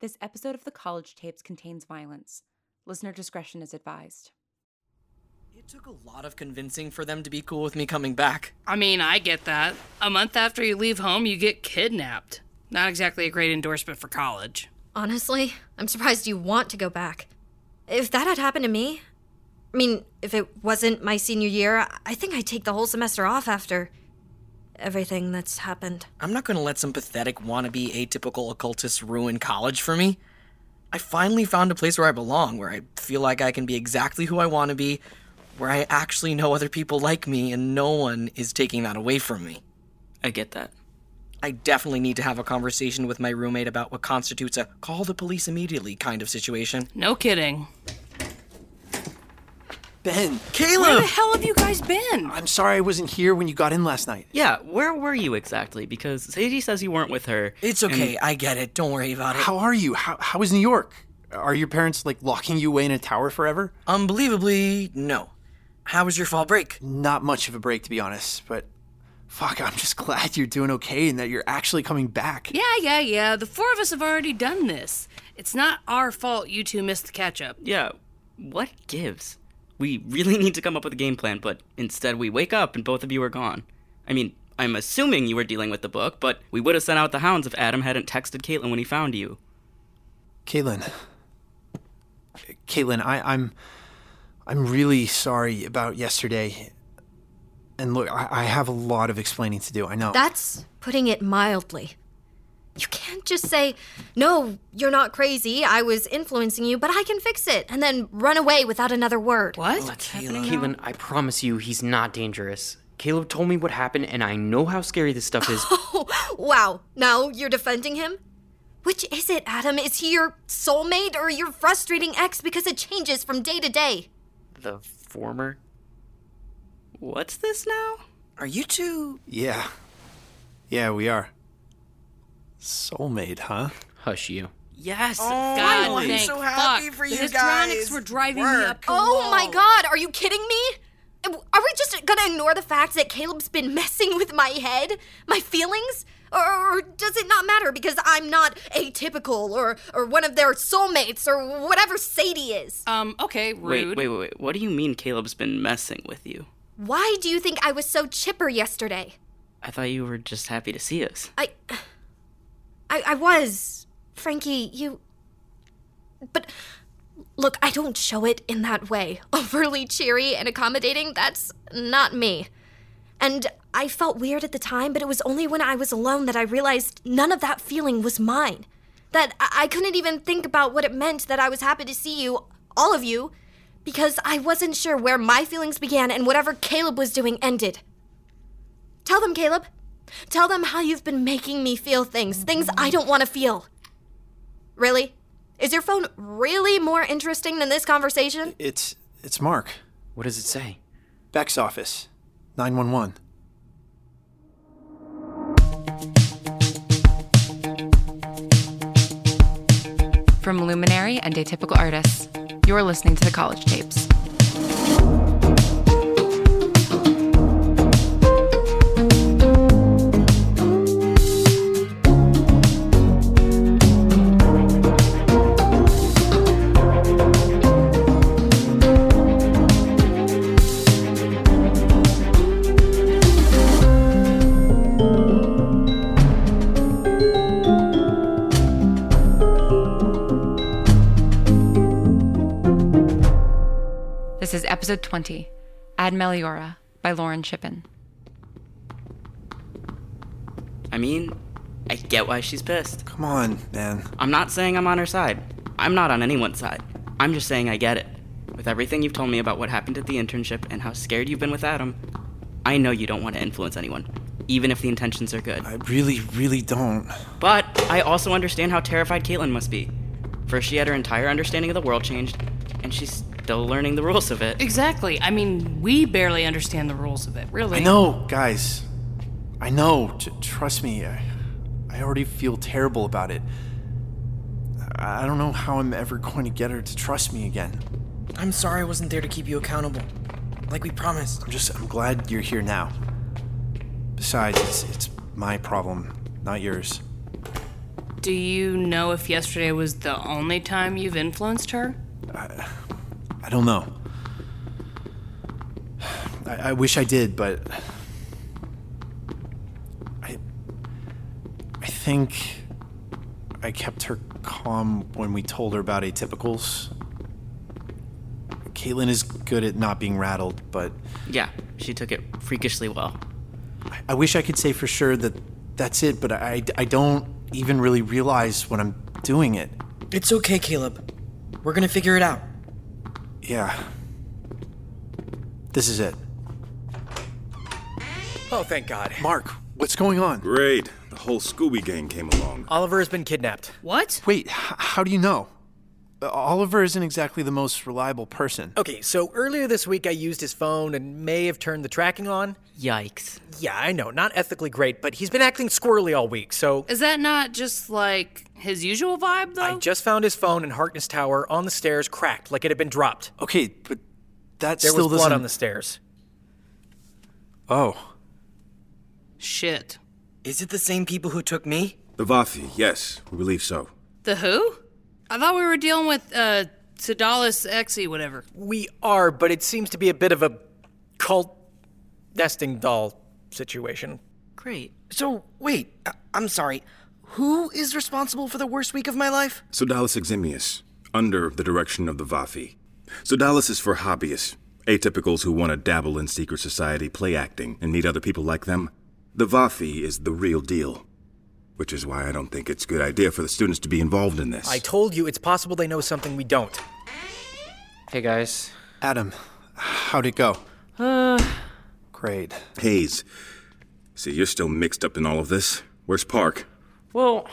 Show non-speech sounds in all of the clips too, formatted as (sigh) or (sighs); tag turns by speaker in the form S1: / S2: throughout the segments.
S1: This episode of the College Tapes contains violence. Listener discretion is advised.
S2: It took a lot of convincing for them to be cool with me coming back.
S3: I mean, I get that. A month after you leave home, you get kidnapped. Not exactly a great endorsement for college.
S4: Honestly, I'm surprised you want to go back. If that had happened to me, I mean, if it wasn't my senior year, I- I think I'd take the whole semester off after everything that's happened.
S2: I'm not gonna let some pathetic wannabe atypical occultist ruin college for me. I finally found a place where I belong, where I feel like I can be exactly who I wanna be, where I actually know other people like me and no one is taking that away from me.
S5: I get that.
S2: I definitely need to have a conversation with my roommate about what constitutes a call the police immediately kind of situation.
S3: No kidding.
S5: Ben,
S3: Where
S2: Caleb!
S3: the hell have you guys been?
S6: I'm sorry I wasn't here when you got in last night.
S5: yeah, where were you exactly? Because Sadie says you weren't with her.
S2: It's okay, I get it. Don't worry about it.
S6: How are you? How, how is New York? Are your parents like locking you away in a tower forever?
S2: Unbelievably, no. How was your fall break?
S6: Not much of a break, to be honest, but fuck, I'm just glad you're doing okay and that you're actually coming back.
S3: Yeah, yeah, yeah. The four of us have already done this. It's not our fault you two missed the catch up.
S5: Yeah, what gives? We really (laughs) need to come up with a game plan, but instead we wake up and both of you are gone. I mean, I'm assuming you were dealing with the book, but we would have sent out the hounds if Adam hadn't texted Caitlin when he found you.
S6: Caitlin. Caitlin, I, I'm I'm really sorry about yesterday. And look, I, I have a lot of explaining to do, I know.
S4: That's putting it mildly. You can't just say, no, you're not crazy, I was influencing you, but I can fix it, and then run away without another word.
S3: What?
S7: Caitlin, I promise you, he's not dangerous. Caleb told me what happened, and I know how scary this stuff
S4: (laughs)
S7: is.
S4: Oh, Wow, now you're defending him? Which is it, Adam? Is he your soulmate or your frustrating ex because it changes from day to day?
S7: the former.
S5: What's this now?
S2: Are you two
S6: yeah. Yeah, we are. Soulmate, huh?
S7: Hush you.
S5: Yes,
S3: God,
S2: Oh, I'm
S3: thank
S2: so happy
S3: fuck.
S2: for you
S3: the histronics
S2: guys.
S3: were driving me
S2: Work.
S3: up. the
S4: Oh
S3: wall.
S4: my god, are you kidding me? Are we just gonna ignore the fact that Caleb's been messing with my head, my feelings? Or, or does it not matter because I'm not atypical or, or one of their soulmates or whatever Sadie is?
S3: Um. Okay.
S5: wait,
S3: Rude.
S5: wait, wait, wait. What do you mean Caleb's been messing with you?
S4: Why do you think I was so chipper yesterday?
S5: I thought you were just happy to see us.
S4: I, I, I was, Frankie. You, but look, I don't show it in that way. (laughs) Overly cheery and accommodating. That's not me. And I felt weird at the time, but it was only when I was alone that I realized none of that feeling was mine. That I, I couldn't even think about what it meant that I was happy to see you, all of you, because I wasn't sure where my feelings began and whatever Caleb was doing ended. Tell them, Caleb. Tell them how you've been making me feel things, things I don't want to feel. Really? Is your phone really more interesting than this conversation?
S6: It's it's Mark.
S7: What does it say?
S6: Beck's office. 911.
S1: From Luminary and Atypical Artists, you're listening to the College Tapes. This is episode 20 Ad Meliora by Lauren Shippen.
S5: I mean, I get why she's pissed.
S6: Come on, man.
S5: I'm not saying I'm on her side. I'm not on anyone's side. I'm just saying I get it. With everything you've told me about what happened at the internship and how scared you've been with Adam, I know you don't want to influence anyone, even if the intentions are good.
S6: I really, really don't.
S5: But I also understand how terrified Caitlin must be. First, she had her entire understanding of the world changed, and she's still learning the rules of it.
S3: Exactly. I mean, we barely understand the rules of it. Really.
S6: I know, guys. I know. T- trust me. I, I already feel terrible about it. I I don't know how I'm ever going to get her to trust me again.
S2: I'm sorry I wasn't there to keep you accountable. Like we promised.
S6: I'm just, I'm glad you're here now. Besides, it's, it's my problem, not yours.
S3: Do you know if yesterday was the only time you've influenced her?
S6: I don't know. I, I wish I did, but I I think I kept her calm when we told her about atypicals. Caitlin is good at not being rattled, but
S5: Yeah, she took it freakishly well.
S6: I- I wish I could say for sure that that's it, but I, I don't even really realize when I'm doing it.
S2: It's okay, Caleb. We're gonna figure it out.
S6: Yeah. This is it.
S2: Oh, thank God.
S6: Mark, what's going on?
S8: Great. The whole Scooby gang came along.
S2: Oliver has been kidnapped.
S3: What?
S6: Wait, h- how do you know? Uh, Oliver isn't exactly the most reliable person.
S2: Oh.
S9: Okay, so earlier this week I used his phone and may have turned the tracking on.
S5: Yikes.
S9: Yeah, I know, not ethically great, but he's been acting squirrely all week, so
S3: Is that not just like his usual vibe though?
S9: I just found his phone in Harkness Tower on the stairs, cracked like it had been dropped.
S6: Okay, but that
S9: There
S6: still
S9: was blood
S6: doesn't.
S9: on (gasps) the stairs.
S6: Oh,
S3: Shit.
S2: Is it the same people who took me?
S8: The Vafi, yes, we believe so.
S3: The who? I thought we were dealing with uh Sedalis Exy, whatever.
S9: We are, but it seems to be a bit of a cult nesting doll situation.
S5: Great.
S2: So, wait, I- I'm sorry. Who is responsible for the worst week of my life?
S8: Sodalis Eximius, under the direction of the Vafi. Sodalis is for hobbyists, atypicals who want to dabble in secret society play acting and need other people like them. The Vafi is the real deal, which is why I don't think it's a good idea for the students to be involved in this.
S9: I told you it's possible they know something we don't.
S7: Hey guys.
S6: Adam, how'd it go? Uh. Great.
S8: Hayes, see, you're still mixed up in all of this. Where's Park?
S7: Well,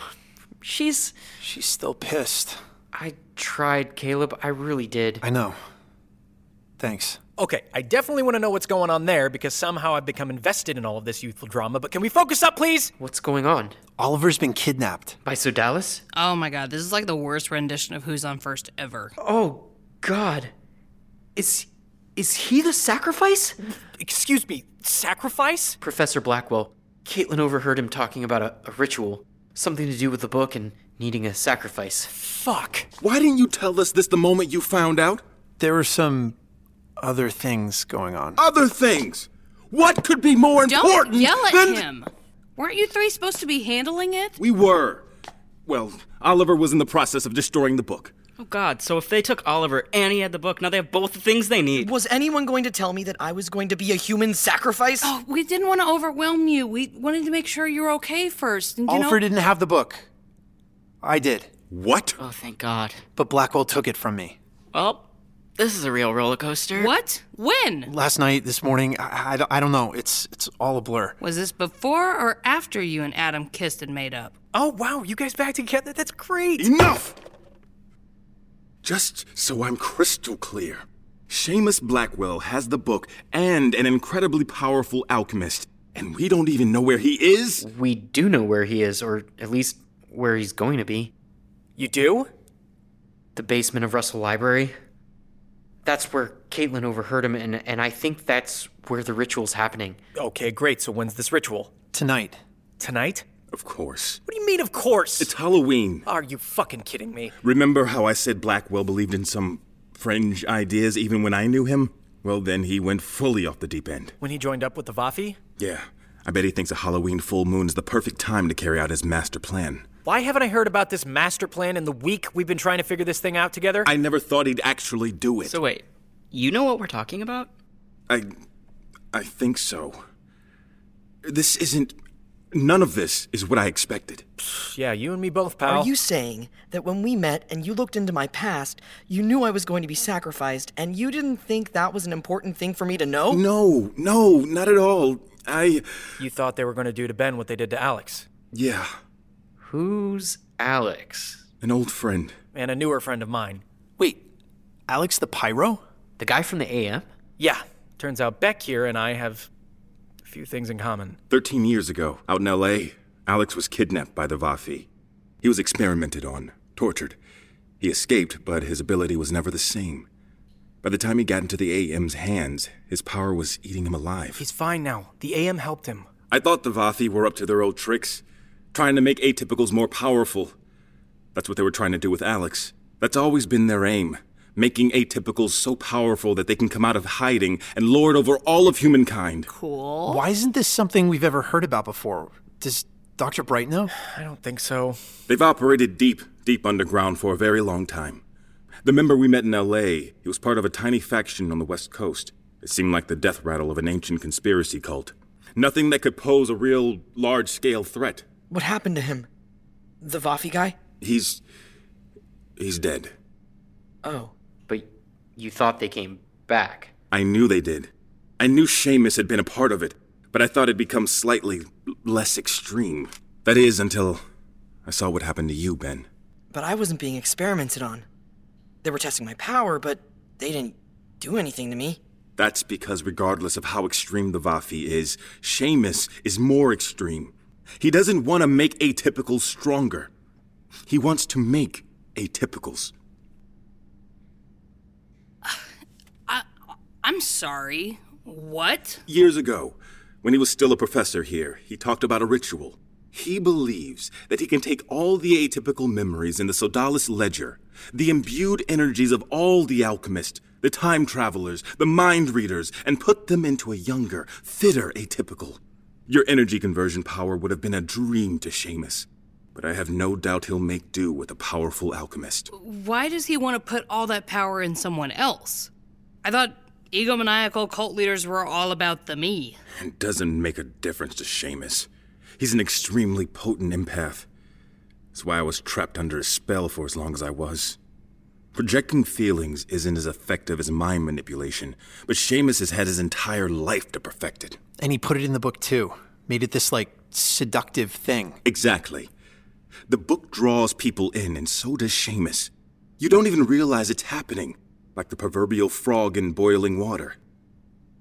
S7: she's.
S6: She's still pissed.
S7: I tried, Caleb. I really did.
S6: I know. Thanks.
S9: Okay, I definitely want to know what's going on there because somehow I've become invested in all of this youthful drama, but can we focus up, please?
S7: What's going on?
S6: Oliver's been kidnapped.
S7: By Sodalis?
S3: Oh my god, this is like the worst rendition of Who's on First ever.
S7: Oh, God. Is. Is he the sacrifice?
S9: Excuse me, sacrifice?
S7: Professor Blackwell, Caitlin overheard him talking about a, a ritual, something to do with the book and needing a sacrifice.
S9: Fuck.
S8: Why didn't you tell us this the moment you found out?
S6: There were some other things going on.
S8: Other things! What could be more
S3: Don't
S8: important
S3: yell at
S8: than
S3: him. Weren't you three supposed to be handling it?
S8: We were. Well, Oliver was in the process of destroying the book.
S5: Oh god, so if they took Oliver and he had the book, now they have both the things they need.
S2: Was anyone going to tell me that I was going to be a human sacrifice?
S3: Oh, we didn't want to overwhelm you. We wanted to make sure you were okay first. And, you
S6: Oliver
S3: know,
S6: didn't have the book. I did,
S8: What?
S5: Oh, thank god.
S6: but Blackwell took it from me.
S5: Well, this is a real roller coaster.
S3: what? When?
S6: Last night, this morning, I, I don't- I don't know. It's it's all a blur.
S3: Was this before or after you and Adam kissed and made up?
S9: Oh, wow, you guys back together? That's great.
S8: Enough! Just so I'm crystal clear, Seamus Blackwell has the book and an incredibly powerful alchemist, and we don't even know where he is?
S7: We do know where he is, or at least where he's going to be.
S9: You do?
S7: The basement of Russell Library. That's where Caitlin overheard him, and, and I think that's where the ritual's happening.
S9: Okay, great. So when's this ritual?
S6: Tonight,
S9: Tonight?
S8: Of course.
S9: What do you mean, of course?
S8: It's Halloween.
S9: Are you fucking kidding me?
S8: Remember how I said Blackwell believed in some fringe ideas even when I knew him? Well, then he went fully off the deep end.
S9: When he joined up with the Vafi?
S8: Yeah. I bet he thinks a Halloween full moon is the perfect time to carry out his master plan.
S9: Why haven't I heard about this master plan in the week we've been trying to figure this thing out together?
S8: I never thought he'd actually do it.
S5: So wait, you know what we're talking about?
S8: I I think so. This isn't none of this is what I expected.
S9: yeah, you and me both, pal.
S2: Are you saying that when we met and you looked into my past, you knew I was going to be sacrificed and you didn't think that was an important thing for me to know?
S8: No, no, not at all. I
S9: You thought they were going to do to Ben what they did to Alex.
S8: yeah,
S7: Who's Alex?
S8: an old friend.
S9: And a newer friend of mine.
S6: wait, Alex the Pyro?
S7: The guy from the AM?
S9: Yeah, turns out Beck here and I have a few things in common.
S8: 13 years ago, out in LA, Alex was kidnapped by the Vafi. He was experimented on, tortured. He escaped, but his ability was never the same. By the time he got into the AM's hands, his power was eating him alive.
S9: He's fine now. The AM helped him.
S8: I thought the Vathi were up to their old tricks, trying to make atypicals more powerful. That's what they were trying to do with Alex. That's always been their aim making atypicals so powerful that they can come out of hiding and lord over all of humankind.
S3: Cool.
S6: Why isn't this something we've ever heard about before? Does Dr. Bright know?
S9: I don't think so.
S8: They've operated deep, deep underground for a very long time. The member we met in LA, he was part of a tiny faction on the West Coast. It seemed like the death rattle of an ancient conspiracy cult. Nothing that could pose a real large scale threat.
S2: What happened to him? The Vafi guy?
S8: He's. he's dead.
S2: Oh.
S7: But you thought they came back.
S8: I knew they did. I knew Seamus had been a part of it, but I thought it'd become slightly l- less extreme. That is, until I saw what happened to you, Ben.
S2: But I wasn't being experimented on. They were testing my power, but they didn't do anything to me.
S8: That's because, regardless of how extreme the Vafi is, Seamus is more extreme. He doesn't want to make atypicals stronger. He wants to make atypicals.
S3: I'm sorry. What?
S8: Years ago, when he was still a professor here, he talked about a ritual. He believes that he can take all the atypical memories in the Sodalis ledger, the imbued energies of all the alchemists, the time travelers, the mind readers, and put them into a younger, fitter atypical. Your energy conversion power would have been a dream to Seamus, but I have no doubt he'll make do with a powerful alchemist.
S3: Why does he want to put all that power in someone else? I thought egomaniacal cult leaders were all about the me.
S8: It doesn't make a difference to Seamus. He's an extremely potent empath. That's why I was trapped under his spell for as long as I was. Projecting feelings isn't as effective as mind manipulation, but Seamus has had his entire life to perfect it.
S6: And he put it in the book too. Made it this like seductive thing.
S8: Exactly. The book draws people in, and so does Seamus. You don't even realize it's happening, like the proverbial frog in boiling water.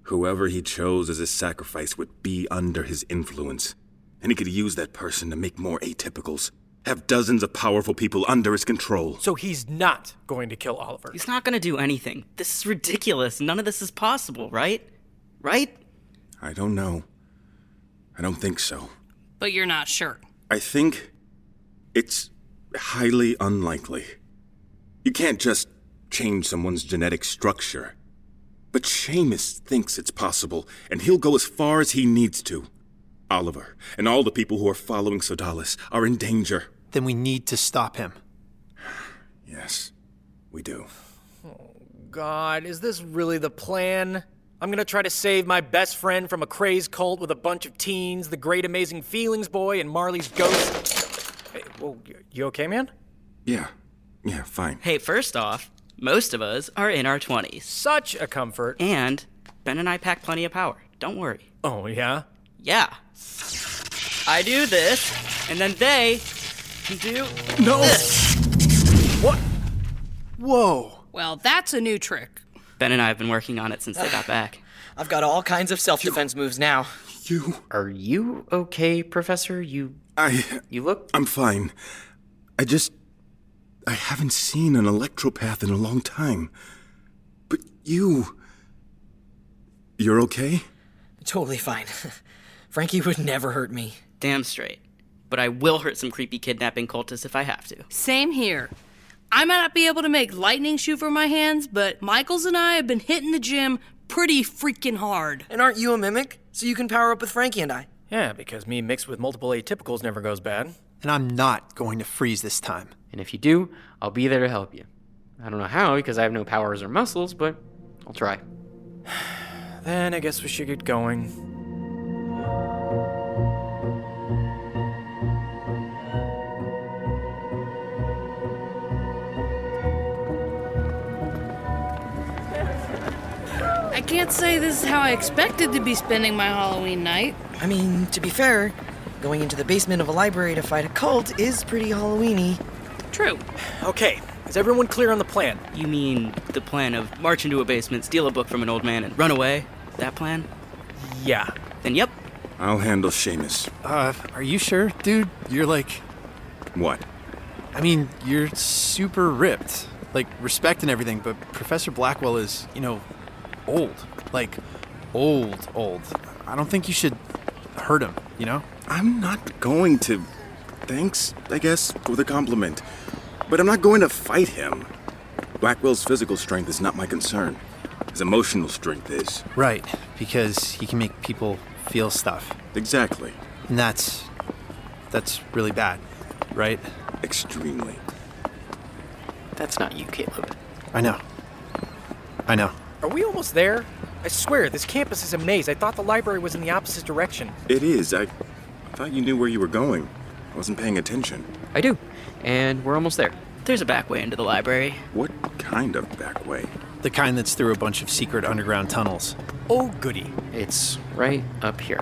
S8: Whoever he chose as his sacrifice would be under his influence, and he could use that person to make more atypicals, have dozens of powerful people under his control.
S9: So he's not going to kill Oliver.
S5: He's not gonna do anything. This is ridiculous. None of this is possible, right? Right?
S8: I don't know. I don't think so.
S3: But you're not sure.
S8: I think it's highly unlikely. You can't just change someone's genetic structure. But Seamus thinks it's possible, and he'll go as far as he needs to. Oliver and all the people who are following Sodalis are in danger.
S6: Then we need to stop him.
S8: (sighs) Yes, we do.
S9: God, is this really the plan? I'm gonna try to save my best friend from a crazed cult with a bunch of teens, the great amazing feelings boy, and Marley's ghost. Hey, whoa, y- you okay, man?
S8: Yeah, yeah, fine.
S5: Hey, first off, most of us are in our 20s.
S9: Such a comfort.
S5: And Ben and I pack plenty of power. Don't worry.
S9: Oh, yeah?
S5: Yeah. I do this, and then they do.
S9: No! what?
S6: Whoa.
S3: Well, that's a new trick.
S5: Ben and I have been working on it since they
S8: (gasps)
S5: got back.
S2: I've got all kinds of self defense moves now.
S8: You.
S7: Are you okay, Professor? You
S8: I.
S7: you look
S8: I'm fine. I just. I haven't seen an electropath in a long time. But you. You're okay?
S2: Totally fine. (laughs) Frankie would never hurt me.
S5: Damn straight. But I will hurt some creepy kidnapping cultists if I have to.
S3: Same here. I might not be able to make lightning shoot for my hands, but Michaels and I have been hitting the gym pretty freaking hard.
S2: And aren't you a mimic? So you can power up with Frankie and I.
S9: Yeah, because me mixed with multiple atypicals never goes bad.
S6: And I'm not going to freeze this time.
S7: and if you do, I'll be there to help you. I don't know how because I have no powers or muscles, but I'll try.
S9: (sighs) Then I guess we should get going.
S3: I can't say this is how I expected to be spending my Halloween night.
S2: I mean, to be fair, going into the basement of a library to fight a cult is pretty Halloweeny.
S3: True.
S9: Okay, is everyone clear on the plan?
S5: You mean the plan of march into a basement, steal a book from an old man, and run away? That plan?
S9: Yeah.
S5: Then, yep,
S8: I'll handle Seamus.
S6: Uh, are you sure? Dude, you're like.
S8: What?
S6: I mean, you're super ripped. Like, respect and everything, but Professor Blackwell is, you know, old. Like, old, old. I don't think you should hurt him, you know?
S8: I'm not going to Thanks, I guess, for the compliment. But I'm not going to fight him. Blackwell's physical strength is not my concern. His emotional strength is.
S6: Right, because he can make people feel stuff.
S8: Exactly.
S6: And that's. that's really bad, right?
S8: Extremely.
S7: That's not you, Caleb.
S6: I know. I know.
S9: Are we almost there? I swear, this campus is a maze. I thought the library was in the opposite direction.
S8: It is. I, I thought you knew where you were going. I wasn't paying attention.
S7: I do. And we're almost there.
S5: There's a back way into the library.
S8: What kind of back way?
S6: The kind that's through a bunch of secret underground tunnels.
S9: Oh, goody.
S7: It's right up here.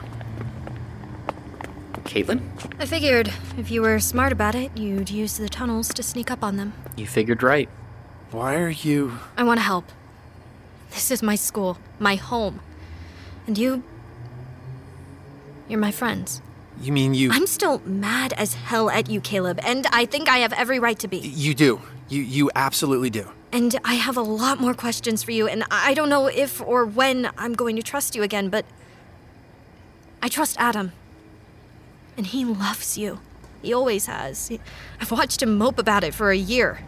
S7: Caitlin?
S4: I figured if you were smart about it, you'd use the tunnels to sneak up on them.
S7: You figured right.
S6: Why are you.
S4: I want to help. This is my school, my home. And you. You're my friends.
S6: You mean you.
S4: I'm still mad as hell at you, Caleb, and I think I have every right to be.
S6: you do. You, you absolutely do.
S4: And I have a lot more questions for you, and I don't know if or when I'm going to trust you again, but. I trust Adam. And he loves you. He always has. He- I've watched him mope about it for a year.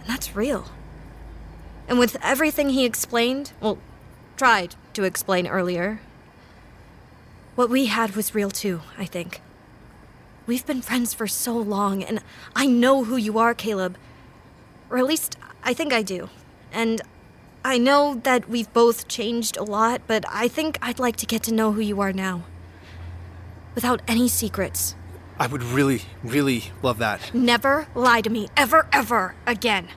S4: And that's real. And with everything he explained, well, tried to explain earlier, what we had was real too, I think. We've been friends for so long, and I know who you are, Caleb. Or at least, I think I do. And I know that we've both changed a lot, but I think I'd like to get to know who you are now. Without any secrets.
S6: I would really, really love that.
S4: Never lie to me, ever, ever again.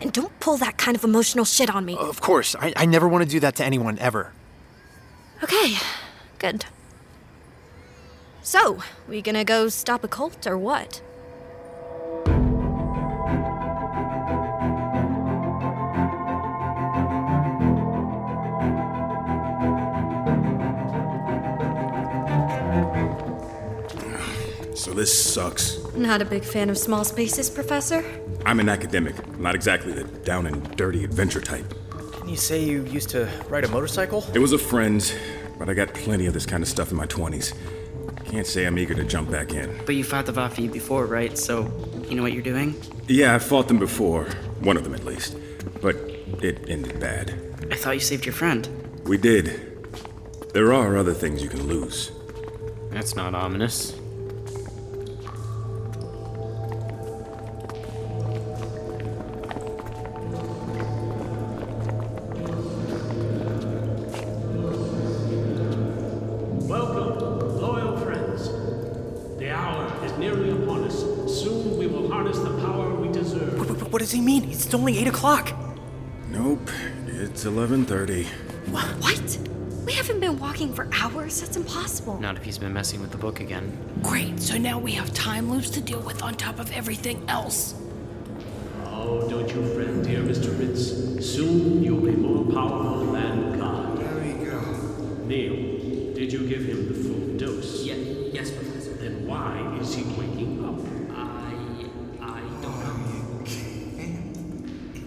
S4: And don't pull that kind of emotional shit on me.
S6: Of course, I, I never want to do that to anyone ever.
S4: Okay, good. So, we gonna go stop a cult or what?
S8: So this sucks.
S4: Not a big fan of small spaces, Professor.
S8: I'm an academic, not exactly the down and dirty adventure type.
S9: Didn't you say you used to ride a motorcycle?
S8: It was a friend's, but I got plenty of this kind of stuff in my 20s. Can't say I'm eager to jump back in.
S5: But you fought the Vafi before, right? So you know what you're doing?
S8: Yeah, I fought them before, one of them at least, but it ended bad.
S5: I thought you saved your friend.
S8: We did. There are other things you can lose.
S7: That's not ominous.
S10: Welcome, loyal friends. The hour is nearly upon us. Soon we will harness the power we deserve.
S9: What, what- what does he mean? It's only 8 o'clock.
S8: Nope, it's 11:30.
S4: What? We haven't been walking for hours. That's impossible.
S7: Not if he's been messing with the book again.
S3: Great, so now we have time loops to deal with on top of everything else.
S10: Oh, don't you fret, dear Mr. Ritz. Soon you'll be more powerful than God. There we go. Neil, did you give him the full dose?
S5: Yeah, yes, Professor.
S10: Then why is he waking up?
S5: I I don't know.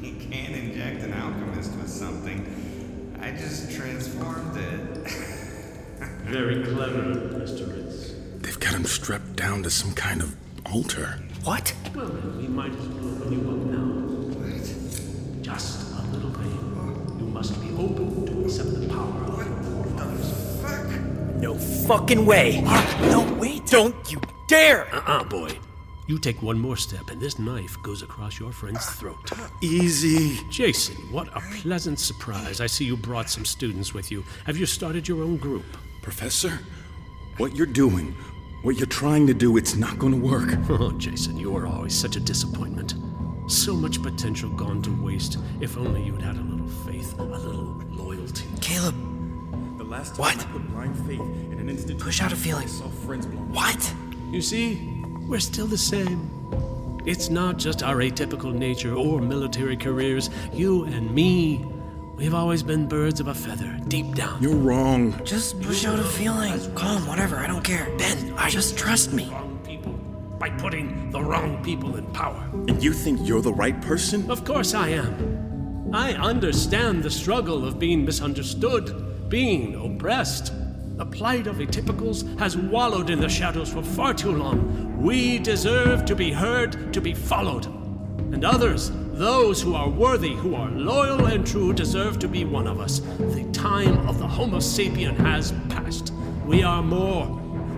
S11: You can't inject an alchemist with something. I just transformed it.
S10: Very clever, Mr. Ritz.
S8: They've got him strapped down to some kind of altar.
S9: What?
S10: Well, then we might as well open you up now.
S11: What?
S10: Just a little veil. You must be open to accept the power of your forefathers.
S11: Fuck!
S9: No fucking way. No, wait. Don't you dare.
S10: Uh-uh, boy. You take one more step, and this knife goes across your friend's throat.
S8: Easy.
S10: Jason, what a pleasant surprise. I see you brought some students with you. Have you started your own group?
S8: Professor, what you're doing, what you're trying to do, it's not going to work.
S10: (laughs) Oh, Jason, you are always such a disappointment. So much potential gone to waste if only you'd had a little faith, a little loyalty.
S9: Caleb,
S8: The last
S9: time What? I
S8: put blind faith in an institution,
S9: Push out a feeling. I saw
S8: friends
S9: what?
S10: You see, we're still the same. It's not just our atypical nature or military careers. You and me, we've always been birds of a feather, deep down.
S8: You're wrong.
S2: Just push out a feeling. Calm, whatever. I don't care. Ben, I just trust me.
S10: wrong people by putting the wrong people in power.
S8: And you think you're the right person?
S10: Of course I am. I understand the struggle of being misunderstood, being oppressed. The plight of atypicals has wallowed in the shadows for far too long. We deserve to be heard, to be followed. And others, those who are worthy, who are loyal and true, deserve to be one of us. The time of the Homo sapien has passed. We are more.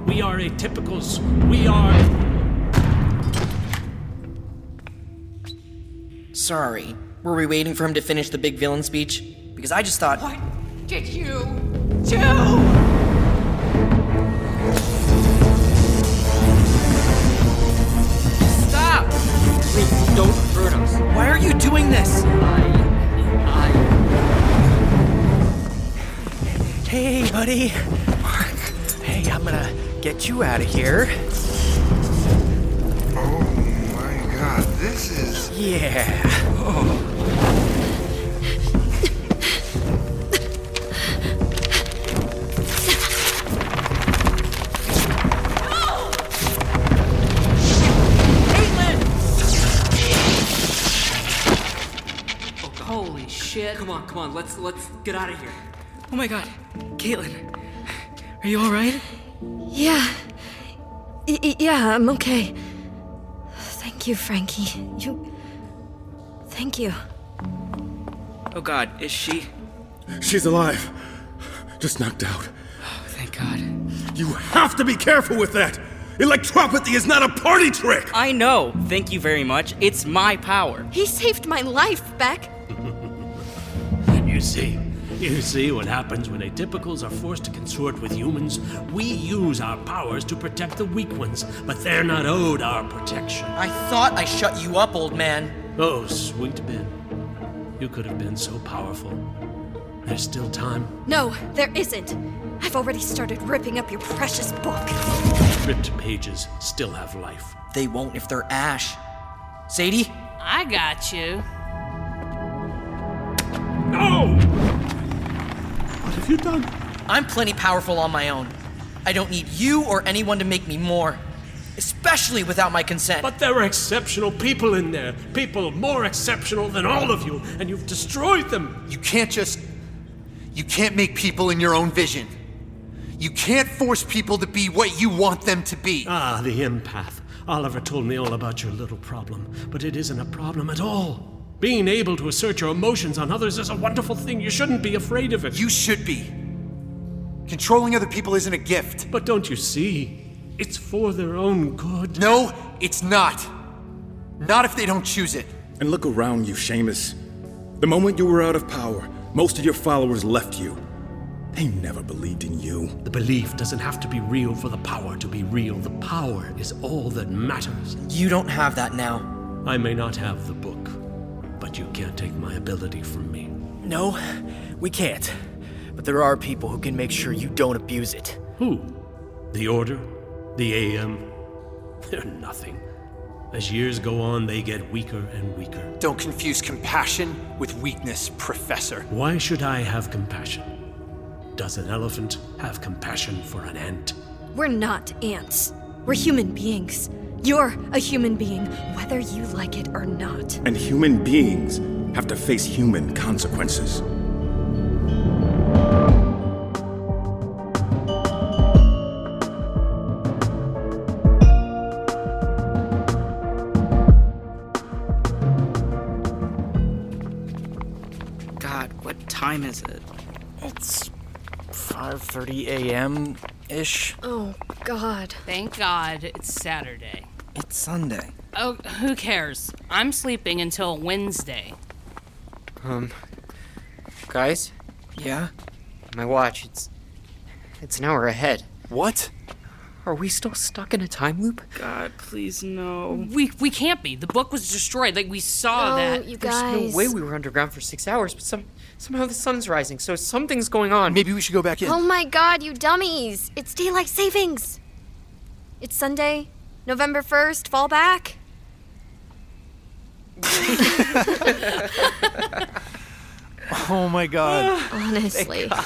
S10: We are atypicals. We are.
S2: Sorry. Were we waiting for him to finish the big villain speech? Because I just thought. What?
S12: Did you do?
S2: Stop! Please don't hurt us. Why are you doing this?
S9: Hey, buddy. Hey, I'm gonna get you out of here.
S11: My God, this is.
S9: Yeah.
S12: Holy shit! Come on, come on. Let's let's get out of here.
S5: Oh my god, Caitlin, are you alright?
S4: Yeah. Y- y- yeah, I'm okay. Thank you, Frankie. You. Thank you.
S5: Oh god, is she?
S8: She's alive. Just knocked out.
S5: Oh, Thank god.
S8: You have to be careful with that. Electropathy is not a party trick!
S5: I know. Thank you very much. It's my power.
S4: He saved my life, Beck.
S10: You see, you see what happens when atypicals are forced to consort with humans. We use our powers to protect the weak ones, but they're not owed our protection.
S2: I thought I shut you up, old man.
S10: Oh, sweet Ben. You could have been so powerful. There's still time.
S4: No, there isn't. I've already started ripping up your precious book.
S10: Ripped pages still have life.
S2: They won't if they're ash. Sadie?
S3: I got you.
S10: No! What have you done?
S2: I'm plenty powerful on my own. I don't need you or anyone to make me more, especially without my consent.
S10: But there are exceptional people in there. People more exceptional than all of you, and you've destroyed them.
S13: You can't just. You can't make people in your own vision. You can't force people to be what you want them to be.
S10: Ah, the empath. Oliver told me all about your little problem, but it isn't a problem at all. Being able to assert your emotions on others is a wonderful thing. You shouldn't be afraid of it.
S13: You should be. Controlling other people isn't a gift.
S10: But don't you see? It's for their own good.
S13: No, it's not. Not if they don't choose it.
S8: And look around you, Seamus. The moment you were out of power, most of your followers left you. They never believed in you.
S10: The belief doesn't have to be real for the power to be real. The power is all that matters.
S2: You don't have that now.
S10: I may not have the book, but you can't take my ability from me.
S9: No, we can't. But there are people who can make sure you don't abuse it.
S10: Who? The Order? The AM? They're nothing. As years go on, they get weaker and weaker.
S13: Don't confuse compassion with weakness, Professor.
S10: Why should I have compassion? Does an elephant have compassion for an ant?
S4: We're not ants. We're human beings. You're a human being, whether you like it or not.
S8: And human beings have to face human consequences.
S5: God, what time is it?
S9: It's 5:30 a.m. ish.
S4: Oh, God.
S3: Thank God it's Saturday.
S2: It's Sunday.
S3: Oh, who cares? I'm sleeping until Wednesday.
S7: Um. Guys?
S2: Yeah?
S7: My watch, it's. It's an hour ahead.
S13: What?
S7: Are we still stuck in a time loop?
S5: God, please no.
S3: We we can't be. The book was destroyed. Like we saw
S4: No,
S3: that.
S4: you
S7: There's
S4: guys.
S7: no way we were underground for six hours, but some somehow the sun's rising, so something's going on.
S13: Maybe we should go back in.
S4: Oh my god, you dummies! It's daylight savings! It's Sunday, November 1st, fall back.
S13: Oh my god.
S4: Honestly.
S7: (sighs)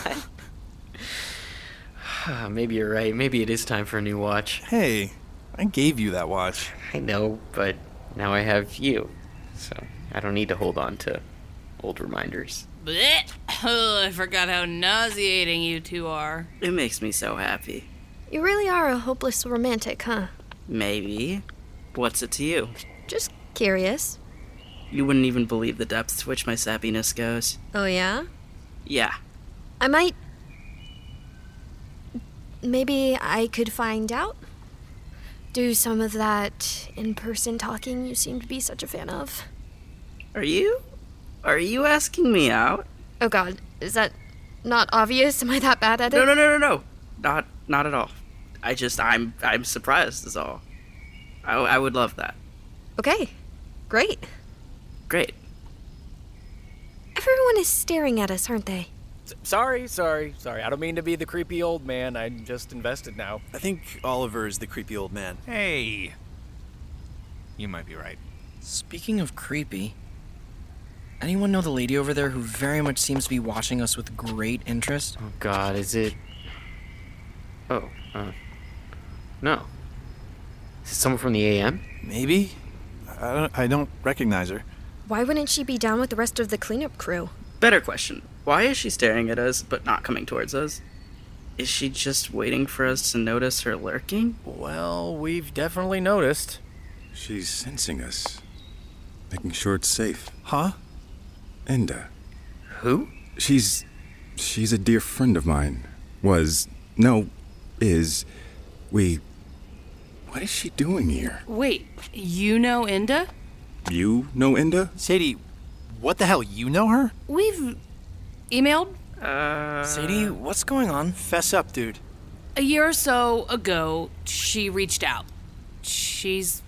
S7: Ah, maybe you're right. Maybe it is time for a new watch.
S6: Hey, I gave you that watch.
S7: I know, but now I have you, so I don't need to hold on to
S5: Old reminders.
S3: Blech. Oh, I forgot how nauseating you two are.
S5: It makes me so happy.
S4: You really are a hopeless romantic, huh?
S5: Maybe. What's it to you?
S4: Just curious.
S5: You wouldn't even believe the depths to which my sappiness goes.
S4: Oh, yeah?
S5: Yeah.
S4: I might. Maybe I could find out? Do some of that in person talking you seem to be such a fan of?
S5: Are you? Are you asking me out?
S4: Oh, God. Is that not obvious? Am I that bad at it?
S5: No, no, no, no, no. Not not at all. I just I'm I'm surprised is all. I, I would love that.
S4: Okay. Great.
S5: Great.
S4: Everyone is staring at us, aren't they?
S9: Sorry, sorry, sorry. I don't mean to be the creepy old man. I'm just invested now.
S6: I think Oliver is the creepy old man.
S9: Hey.
S11: You might be right.
S2: Speaking of creepy, anyone know the lady over there who very much seems to be watching us with great interest?
S7: Oh God, is it? Oh, uh, no. Is it someone from the AM?
S6: Maybe. I don't, I don't recognize her.
S4: Why wouldn't she be down with the rest of the cleanup crew?
S5: Better question. Why is she staring at us but not coming towards us? Is she just waiting for us to notice her lurking?
S9: Well, we've definitely noticed.
S8: She's sensing us, making sure it's safe.
S6: Huh?
S8: Enda.
S5: Who?
S8: She's. She's a dear friend of mine. Was. No, is. We. What is she doing here?
S3: Wait, you know Inda?
S8: You know Enda?
S6: Sadie, what the hell? You know her?
S3: We've emailed
S5: Uh.
S2: Sadie, what's going on?
S6: Fess up, dude.
S3: a year or so ago. She reached out. She's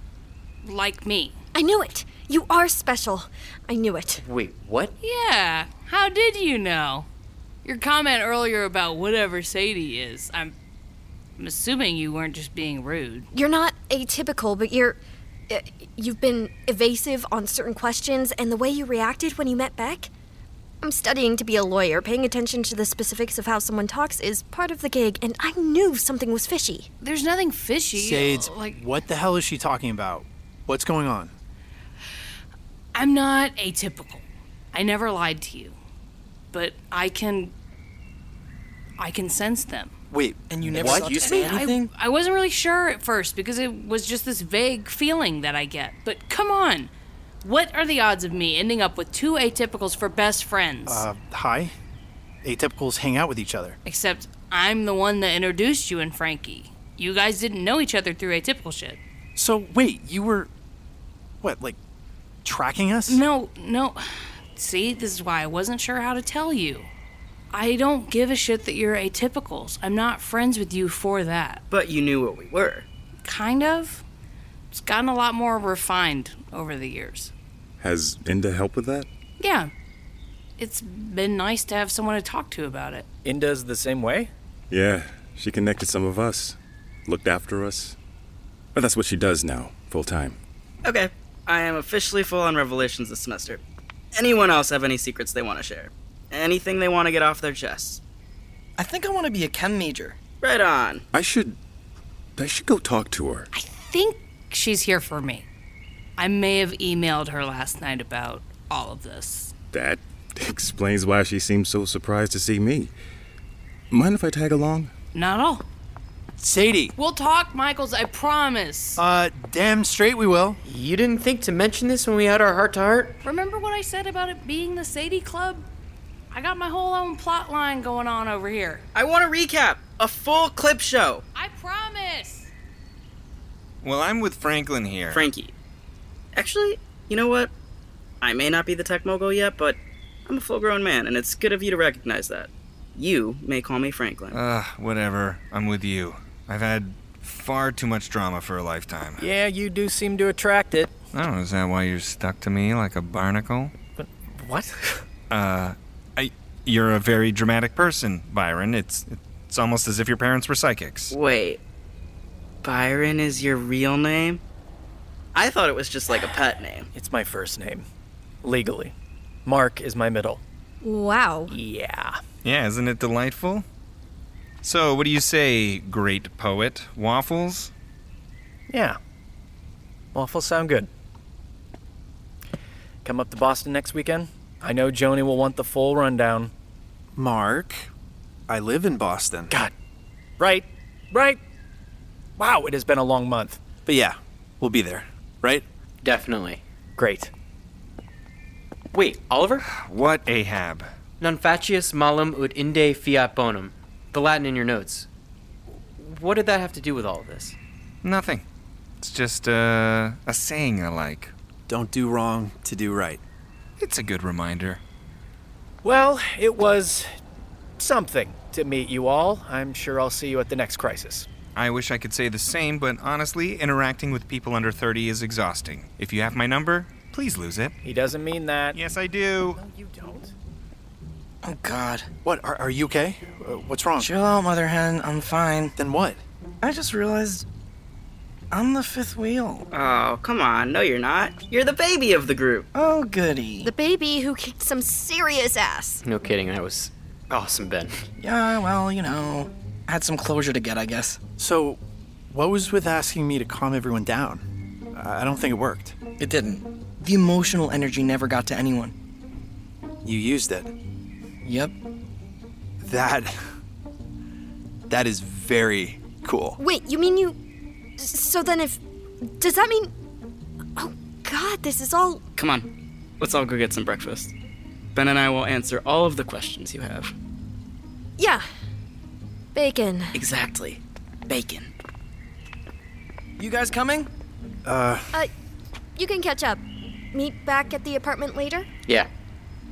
S3: like me.
S4: I knew it! You are special. I knew it.
S7: Wait, what?
S3: Yeah. How did you know? Your comment earlier about whatever Sadie is. I'm, I'm assuming you weren't just being rude.
S4: You're not atypical, but you're. uh, You've been evasive on certain questions, and the way you reacted when you met Beck? I'm studying to be a lawyer. Paying attention to the specifics of how someone talks is part of the gig, and I knew something was fishy.
S3: There's nothing fishy.
S6: Sades,
S3: Like
S6: what the hell is she talking about? What's going on?
S3: I'm not atypical. I never lied to you. But I can I can sense them.
S6: Wait,
S2: and you never
S6: what?
S2: thought
S6: you
S2: to
S6: say
S2: add-
S3: I, I wasn't really sure at first because it was just this vague feeling that I get. But come on. What are the odds of me ending up with two atypicals for best friends?
S6: Uh, hi. Atypicals hang out with each other.
S3: Except I'm the one that introduced you and Frankie. You guys didn't know each other through atypical shit.
S6: So wait, you were, what, like, tracking us?
S3: No, no. See, this is why I wasn't sure how to tell you. I don't give a shit that you're atypicals. I'm not friends with you for that.
S5: But you knew what we were.
S3: Kind of. It's gotten a lot more refined over the years.
S8: Has Enda help with that?
S3: Yeah. It's been nice to have someone to talk to about it.
S9: Inda's the same way?
S8: Yeah, she connected some of us, looked after us. But that's what she does now, full time.
S5: Okay. I am officially full on revelations this semester. Anyone else have any secrets they want to share? Anything they want to get off their chests?
S2: I think I want to be a chem major.
S5: Right on.
S8: I should. I should go talk to her.
S3: Think she's here for me. I may have emailed her last night about all of this.
S8: That (laughs) explains why she seems so surprised to see me. Mind if I tag along?
S3: Not at all.
S6: Sadie.
S3: We'll talk, Michaels, I promise.
S6: Uh, damn straight we will.
S7: You didn't think to mention this when we had our heart to heart?
S3: Remember what I said about it being the Sadie Club? I got my whole own plot line going on over here.
S5: I want a recap, a full clip show.
S3: I promise.
S11: Well, I'm with Franklin here.
S5: Frankie. Actually, you know what? I may not be the tech mogul yet, but I'm a full grown man, and it's good of you to recognize that. You may call me Franklin.
S11: Ugh, whatever. I'm with you. I've had far too much drama for a lifetime.
S9: Yeah, you do seem to attract it.
S11: I don't know, is that why you're stuck to me like a barnacle?
S9: What?
S11: Uh, I, you're a very dramatic person, Byron. It's it's almost as if your parents were psychics.
S5: Wait. Byron is your real name? I thought it was just like a pet name.
S9: It's my first name. Legally. Mark is my middle.
S4: Wow.
S9: Yeah.
S11: Yeah, isn't it delightful? So, what do you say, great poet? Waffles?
S9: Yeah. Waffles sound good. Come up to Boston next weekend? I know Joni will want the full rundown.
S6: Mark, I live in Boston.
S9: God. Right. Right. Wow, it has been a long month.
S6: But yeah, we'll be there, right?
S7: Definitely.
S9: Great.
S7: Wait, Oliver?
S14: What, Ahab?
S7: Non facius malum ut inde fiat bonum. The Latin in your notes. What did that have to do with all of this?
S14: Nothing. It's just uh, a saying I like.
S6: Don't do wrong to do right.
S14: It's a good reminder.
S9: Well, it was something to meet you all. I'm sure I'll see you at the next crisis.
S14: I wish I could say the same, but honestly, interacting with people under 30 is exhausting. If you have my number, please lose it.
S9: He doesn't mean that.
S14: Yes, I do.
S9: You don't.
S2: Oh, God.
S6: What? Are, are you okay? Uh, what's wrong?
S2: Chill out, Mother Hen. I'm fine.
S6: Then what?
S2: I just realized I'm the fifth wheel.
S5: Oh, come on. No, you're not. You're the baby of the group.
S2: Oh, goody.
S4: The baby who kicked some serious ass.
S7: No kidding. That was awesome, Ben.
S2: Yeah, Uh, well, you know, I had some closure to get, I guess.
S6: So, what was with asking me to calm everyone down? I I don't think it worked.
S2: It didn't. The emotional energy never got to anyone.
S6: You used it.
S2: Yep.
S6: That. That is very cool.
S4: Wait, you mean you. So then if. Does that mean. Oh, God, this is all.
S5: Come on. Let's all go get some breakfast. Ben and I will answer all of the questions you have.
S4: Yeah. Bacon.
S2: Exactly. Bacon. You guys coming?
S6: Uh,
S4: Uh, you can catch up. Meet back at the apartment later?
S7: Yeah.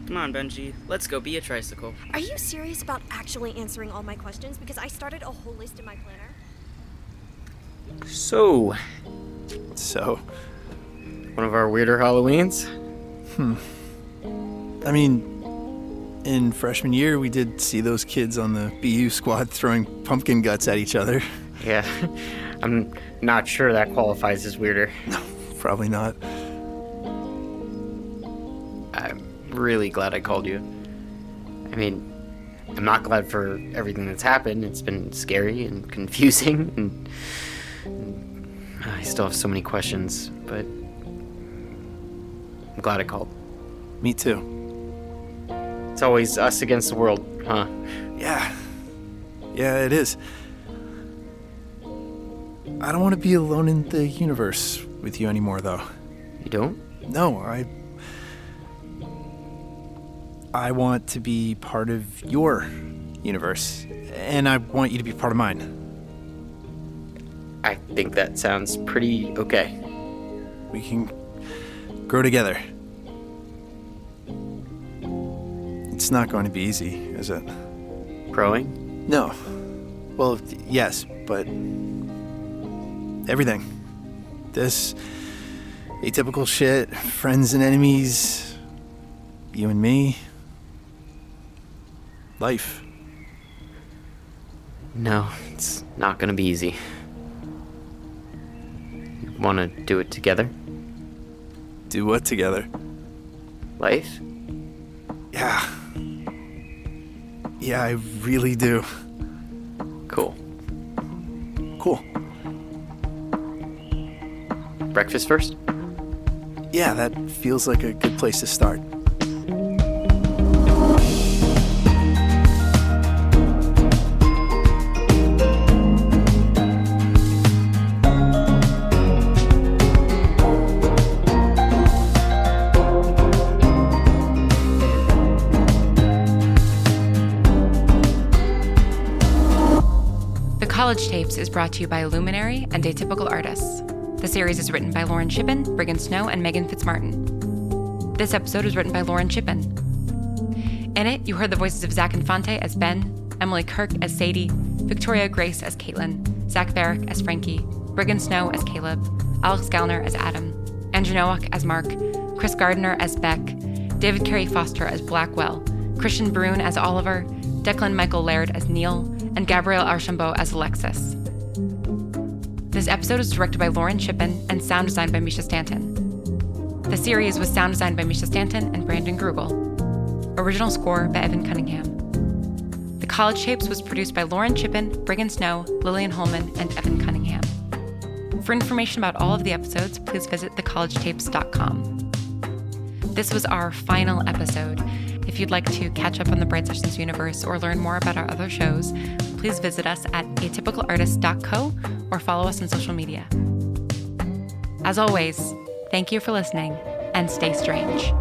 S5: Come on, Benji. Let's go be a tricycle.
S4: Are you serious about actually answering all my questions? Because I started a whole list in my planner.
S7: So,
S6: so.
S7: One of our weirder Halloweens?
S6: Hmm. I mean, in freshman year, we did see those kids on the BU squad throwing pumpkin guts at each other.
S7: Yeah. (laughs) I'm not sure that qualifies as weirder.
S6: Probably not.
S7: I'm really glad I called you. I mean, I'm not glad for everything that's happened. It's been scary and confusing, (laughs) and, and I still have so many questions, but I'm glad I called.
S6: Me too.
S7: It's always us against the world, huh?
S6: Yeah. Yeah, it is. I don't want to be alone in the universe with you anymore, though.
S7: You don't?
S6: No, I. I want to be part of your universe, and I want you to be part of mine.
S7: I think that sounds pretty okay.
S6: We can grow together. It's not going to be easy, is it?
S7: Growing?
S6: No. Well, yes, but everything. This atypical shit, friends and enemies, you and me, life.
S7: No, it's not gonna be easy. You wanna do it together?
S6: Do what together?
S7: Life?
S6: Yeah. Yeah, I really do.
S7: Cool.
S6: Cool.
S7: Breakfast first?
S6: Yeah, that feels like a good place to start.
S1: The College Tapes is brought to you by Luminary and Atypical Artists. The series is written by Lauren Shippen, Brigham Snow, and Megan Fitzmartin. This episode was written by Lauren Shippen. In it, you heard the voices of Zach Infante as Ben, Emily Kirk as Sadie, Victoria Grace as Caitlin, Zach Barrick as Frankie, Brigham Snow as Caleb, Alex Gallner as Adam, Andrew Nowak as Mark, Chris Gardner as Beck, David Carey Foster as Blackwell, Christian Brune as Oliver, Declan Michael Laird as Neil, and Gabrielle Archambault as Alexis. This episode is directed by Lauren Shippen and sound designed by Misha Stanton. The series was sound designed by Misha Stanton and Brandon Grugel. Original score by Evan Cunningham. The College Shapes was produced by Lauren Chippen, Brigham Snow, Lillian Holman, and Evan Cunningham. For information about all of the episodes, please visit thecollegetapes.com. This was our final episode. If you'd like to catch up on the Bright Sessions universe or learn more about our other shows, please visit us at atypicalartist.co or follow us on social media. As always, thank you for listening and stay strange.